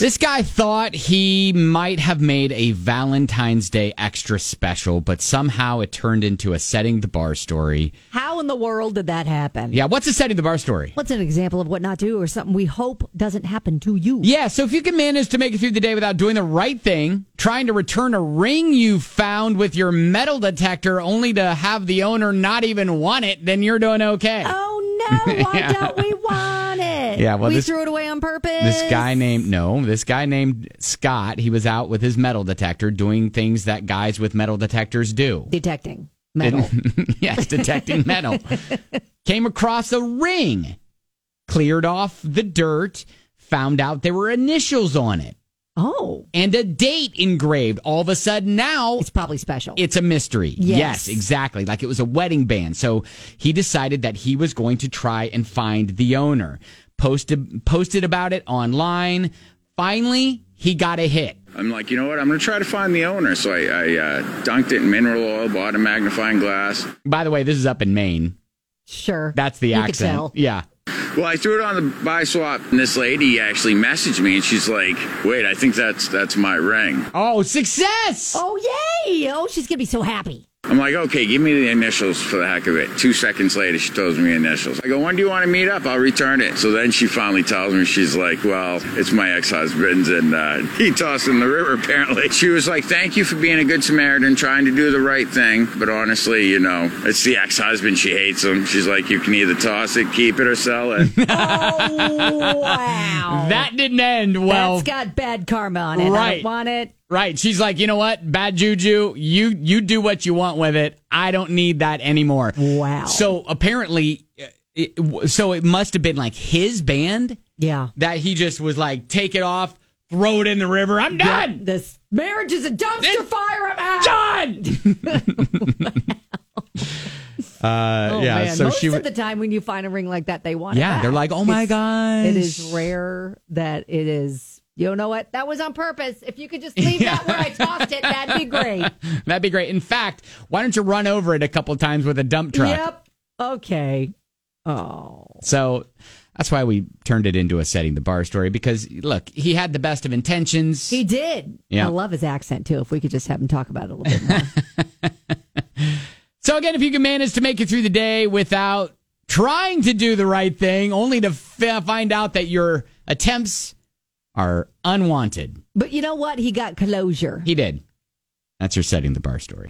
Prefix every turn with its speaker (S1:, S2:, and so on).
S1: This guy thought he might have made a Valentine's Day extra special, but somehow it turned into a setting the bar story.
S2: How in the world did that happen?
S1: Yeah, what's a setting the bar story?
S2: What's an example of what not to do or something we hope doesn't happen to you?
S1: Yeah, so if you can manage to make it through the day without doing the right thing, trying to return a ring you found with your metal detector only to have the owner not even want it, then you're doing okay.
S2: Oh no, why don't we want it?
S1: Yeah, well,
S2: we
S1: this-
S2: threw it away on purpose.
S1: This guy named no, this guy named Scott, he was out with his metal detector doing things that guys with metal detectors do.
S2: detecting metal.
S1: yes, detecting metal. Came across a ring, cleared off the dirt, found out there were initials on it,
S2: oh,
S1: and a date engraved. All of a sudden now
S2: it's probably special.
S1: it's a mystery.
S2: Yes.
S1: exactly. Like it was a wedding band. So he decided that he was going to try and find the owner. Posted posted about it online. Finally, he got a hit.
S3: I'm like, you know what? I'm going to try to find the owner. So I, I uh, dunked it in mineral oil, bought a magnifying glass.
S1: By the way, this is up in Maine.
S2: sure.
S1: That's the
S2: You could
S1: accent.
S2: tell.
S1: Yeah.
S3: Well, I threw it on the buy swap, and this lady actually messaged me, and she's like, "Wait, I think that's that's my ring."
S1: Oh, success!
S2: Oh yay! Oh, she's gonna be so happy.
S3: I'm like, "Okay, give me the initials for the heck of it." Two seconds later, she tells me initials. I go, "When do you want to meet up? I'll return it." So then she finally tells me, she's like, "Well, it's my ex-husband's, and uh, he tossed in the river." Apparently, she was like, "Thank you for being a good Samaritan, trying to do the right thing." But honestly, you know, it's the ex-husband. She hates him. She's like, "You can either toss it, keep it, or sell it."
S2: Oh wow!
S1: That didn't end well.
S2: has got bad karma on it. I
S1: Right.
S2: don't want it.
S1: Right. She's like, you know what? Bad juju. You you do what you want with it. I don't need that anymore.
S2: Wow.
S1: So apparently, uh, it, w- so it must have been like his band
S2: Yeah.
S1: that he just was like, take it off, throw it in the river. I'm done.
S2: This marriage is a dumpster
S1: It-
S2: fire. I'm out.
S1: Done. uh,
S2: Oh,
S1: yeah.
S2: man.
S1: So
S2: Most
S1: she.
S2: of
S1: w-
S2: the time when you find a ring like that, they want it.
S1: yeah.
S2: back.
S1: They're like, oh my
S2: It's-
S1: gosh.
S2: It is rare that it is. You know what? That was on purpose. If you could just leave that where I tossed it, that'd be great.
S1: That'd be great. In fact, why don't you run over it a couple times with a dump truck?
S2: Yep. Okay. Oh.
S1: So that's why we turned it into a setting the bar story because look, he had the best of intentions.
S2: He did.
S1: Yeah.
S2: I love his accent too. If we could just have him talk about it a little bit more.
S1: so again, if you can manage to make it through the day without trying to do the right thing, only to f- find out that your attempts are unwanted,
S2: but you know what? He got closure.
S1: he did. That's your setting the bar story.